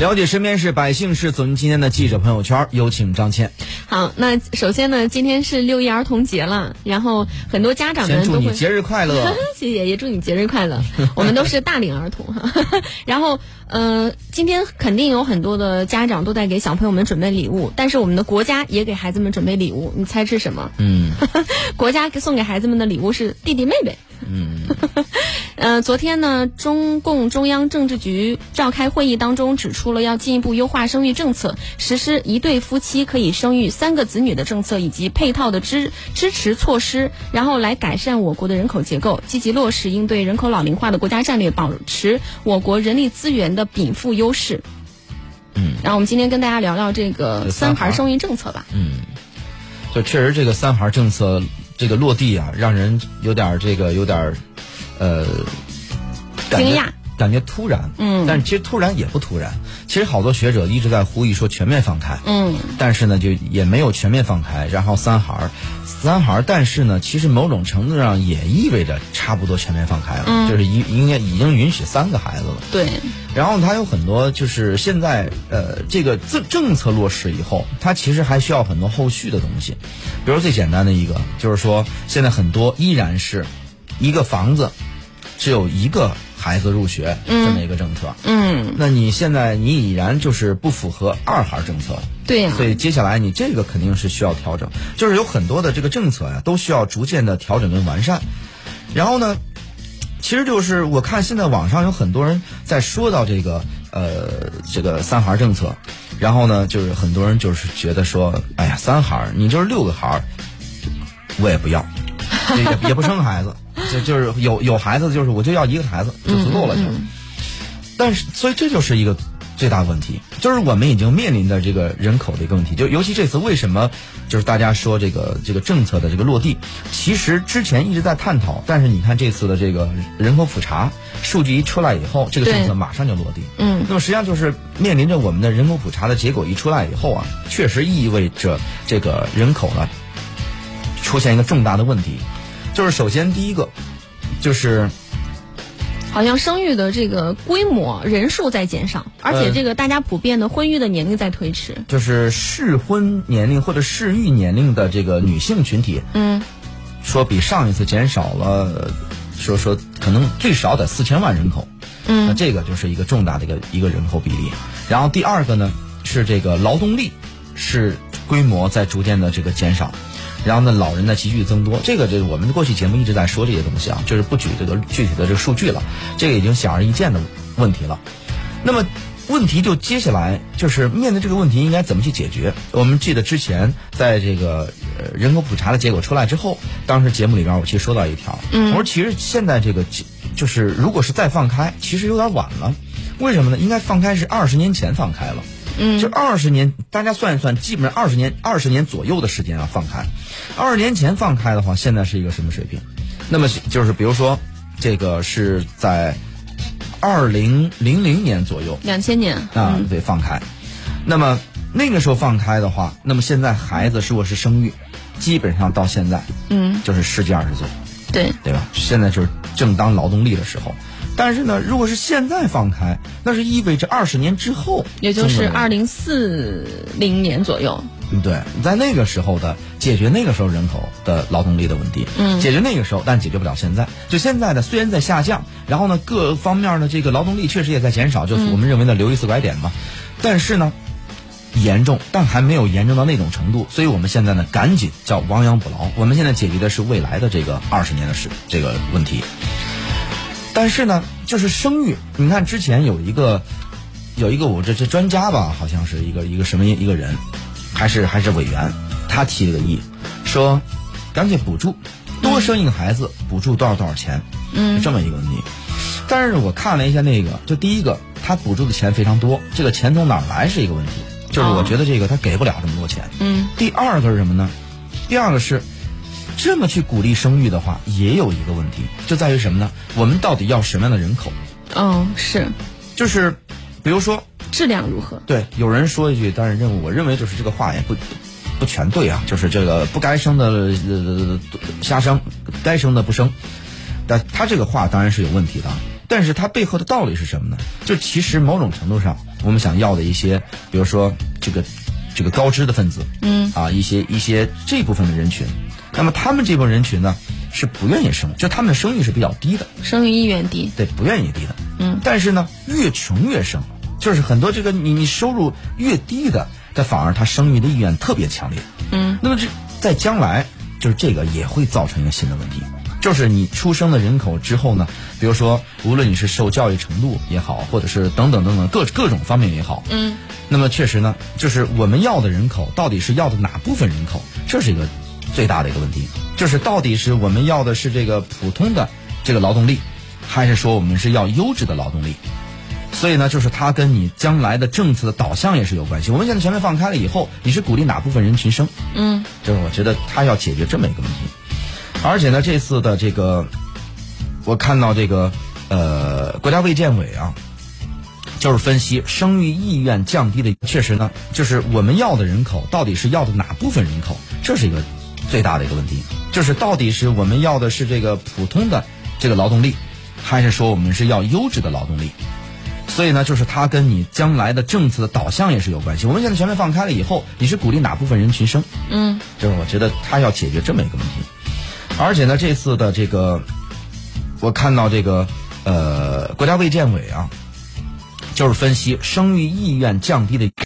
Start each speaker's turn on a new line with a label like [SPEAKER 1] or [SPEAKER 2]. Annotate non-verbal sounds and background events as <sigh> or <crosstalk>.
[SPEAKER 1] 了解身边事，百姓事。走进今天的记者朋友圈，有请张倩。
[SPEAKER 2] 好，那首先呢，今天是六一儿童节了，然后很多家长
[SPEAKER 1] 先
[SPEAKER 2] 们
[SPEAKER 1] 祝
[SPEAKER 2] 都
[SPEAKER 1] 你
[SPEAKER 2] 会。 <laughs>
[SPEAKER 1] 节日快乐。
[SPEAKER 2] 谢谢，也祝你节日快乐。我们都是大龄儿童 <laughs> 哈，然后呃，今天肯定有很多的家长都在给小朋友们准备礼物，但是我们的国家也给孩子们准备礼物，你猜是什么？
[SPEAKER 1] 嗯
[SPEAKER 2] 国家给送给孩子们的礼物是弟弟妹妹。
[SPEAKER 1] 嗯，
[SPEAKER 2] <laughs> 呃，昨天呢，中共中央政治局召开会议当中指出了要进一步优化生育政策，实施一对夫妻可以生育三个子女的政策以及配套的支支持措施，然后来改善我国的人口结构，积极落实应对人口老龄化的国家战略，保持我国人力资源的禀赋优势。
[SPEAKER 1] 嗯，
[SPEAKER 2] 然后我们今天跟大家聊聊这
[SPEAKER 1] 这
[SPEAKER 2] 个
[SPEAKER 1] 三
[SPEAKER 2] 三
[SPEAKER 1] 孩儿
[SPEAKER 2] 孩生育政策吧。
[SPEAKER 1] 就确实这个三孩政策这个落地啊，让人有点儿这个有点儿呃感觉
[SPEAKER 2] 惊讶
[SPEAKER 1] 感觉突然。嗯，但是其实突然也不突然。其实好多学者一直在呼吁说全面放开。
[SPEAKER 2] 嗯，
[SPEAKER 1] 但是呢，就也没有全面放开。然后三孩儿，三孩儿，但是呢，其实某种程度上也意味着差不多全面放开了，
[SPEAKER 2] 嗯
[SPEAKER 1] 就是已应该已经允许三个孩子了。
[SPEAKER 2] 对，
[SPEAKER 1] 然后它有很多就是现在呃这个政政策落实以后，它其实还需要很多后续的东西，比如最简单的一个就是说，现在很多依然是一个房子只有一个孩子入学、这么一个政策。
[SPEAKER 2] 嗯，
[SPEAKER 1] 那你现在你已然就是不符合二孩政策了，
[SPEAKER 2] 对啊呀、
[SPEAKER 1] 所以接下来你这个肯定是需要调整，就是有很多的这个政策呀、都需要逐渐的调整跟完善。然后呢，其实就是我看现在网上有很多人在说到这个呃这个三孩政策，然后呢，就是很多人就是觉得说，哎呀，三孩儿你就是六个孩儿，我也不要，也 <laughs> 也也不生孩子，就就是有有孩子就是我就要一个孩子就足够了就。
[SPEAKER 2] 嗯
[SPEAKER 1] 但是，所以这就是一个最大问题，就是我们已经面临的这个人口的一个问题。就尤其这次为什么就是大家说这个这个政策的这个落地，其实之前一直在探讨，但是你看这次的这个人口普查数据一出来以后，这个政策
[SPEAKER 2] 对
[SPEAKER 1] 马上就落地。
[SPEAKER 2] 嗯，
[SPEAKER 1] 那么实际上就是面临着我们的人口普查的结果一出来以后啊，确实意味着这个人口呢出现一个重大的问题，就是首先第一个就是。
[SPEAKER 2] 好像生育的这个规模人数在减少，而且这个大家普遍的婚育的年龄在推迟。
[SPEAKER 1] 就是适婚年龄或者适育年龄的这个女性群体，
[SPEAKER 2] 嗯，
[SPEAKER 1] 说比上一次减少了，说说可能最少得四千万人口，嗯，那这个就是一个重大的一个一个人口比例。然后第二个呢是这个劳动力是规模在逐渐的这个减少。然后呢，老人呢急剧增多，这个这个我们过去节目一直在说这些东西啊，就是不举这个具体的这个数据了，这个已经显而易见的问题了。那么问题就接下来就是面对这个问题应该怎么去解决？我们记得之前在这个呃人口普查的结果出来之后，当时节目里边我其实说到一条，嗯，我说其实现在这个就是如果是再放开，其实有点晚了。为什么呢？应该放开是二十年前放开了。嗯，就二十年，大家算一算，基本上二十年、二十年左右的时间啊，放开。二十年前放开的话，现在是一个什么水平？那么就是比如说，这个是在二零零零年左右
[SPEAKER 2] 两千年，
[SPEAKER 1] 啊，得放开。那么那个时候放开的话，那么现在孩子如果是生育，基本上到现在，
[SPEAKER 2] 嗯，
[SPEAKER 1] 就是十几二十岁，
[SPEAKER 2] 对，
[SPEAKER 1] 对吧？现在就是正当劳动力的时候。但是呢，如果是现在放开，那是意味着二十年之后，
[SPEAKER 2] 也就
[SPEAKER 1] 中国
[SPEAKER 2] 是
[SPEAKER 1] 人
[SPEAKER 2] 二零四零年左右。
[SPEAKER 1] 对，在那个时候的解决那个时候人口的劳动力的问题，嗯，解决那个时候，但解决不了现在。就现在呢，虽然在下降，然后呢，各方面的这个劳动力确实也在减少，就是我们认为的留一次拐点嘛，但是呢。严重，但还没有严重到那种程度，所以我们现在呢，赶紧叫亡羊补牢。我们现在解决的是未来的这个二十年的事这个问题。但是呢，就是生育，你看之前有一个有一个我这这专家吧，好像是一个一个什么一个人，还是还是委员，他提了个议，说干脆补助，多生一个孩子补助多少多少钱，嗯，这么一个问题。但是我看了一下那个，就第一个，他补助的钱非常多，这个钱从哪儿来是一个问题，就是我觉得这个他给不了这么多钱。
[SPEAKER 2] 嗯，
[SPEAKER 1] 第二个是什么呢？第二个是这么去鼓励生育的话，也有一个问题，就在于什么呢？我们到底要什么样的人口？
[SPEAKER 2] 嗯，是
[SPEAKER 1] 就是比如说，
[SPEAKER 2] 质量如何？
[SPEAKER 1] 对，有人说一句，但是任务，我认为就是这个话也不不全对啊，就是这个不该生的呃瞎生，该生的不生。但他这个话当然是有问题的，但是它背后的道理是什么呢？就其实某种程度上，我们想要的一些，比如说这个这个高知的分子，嗯，啊，一些一些这部分的人群，那么他们这部分人群呢，是不愿意生，就他们的生育是比较低的，
[SPEAKER 2] 生育意愿低，
[SPEAKER 1] 对，不愿意低的，嗯，但是呢，越穷越生，就是很多这个你你收入越低的，但反而他生育的意愿特别强烈，嗯，那么这在将来就是这个也会造成一个新的问题，就是你出生的人口之后呢，比如说无论你是受教育程度也好，或者是等等等等各各种方面也好，嗯，那么确实呢，就是我们要的人口到底是要的哪部分人口，这是一个最大的一个问题，就是到底是我们要的是这个普通的这个劳动力，还是说我们是要优质的劳动力？所以呢，就是它跟你将来的政策的导向也是有关系。我们现在全面放开了以后，你是鼓励哪部分人群生？
[SPEAKER 2] 嗯，
[SPEAKER 1] 就是我觉得他要解决这么一个问题。而且呢，这次的这个，我看到这个呃，国家卫健委啊，就是分析生育意愿降低的，确实呢，就是我们要的人口到底是要的哪部分人口，这是一个最大的一个问题，就是到底是我们要的是这个普通的这个劳动力，还是说我们是要优质的劳动力？所以呢，就是它跟你将来的政策的导向也是有关系。我们现在全面放开了以后，你是鼓励哪部分人群生？
[SPEAKER 2] 嗯，
[SPEAKER 1] 就是我觉得它要解决这么一个问题。而且呢，这次的这个，我看到这个呃，国家卫健委啊，就是分析生育意愿降低的。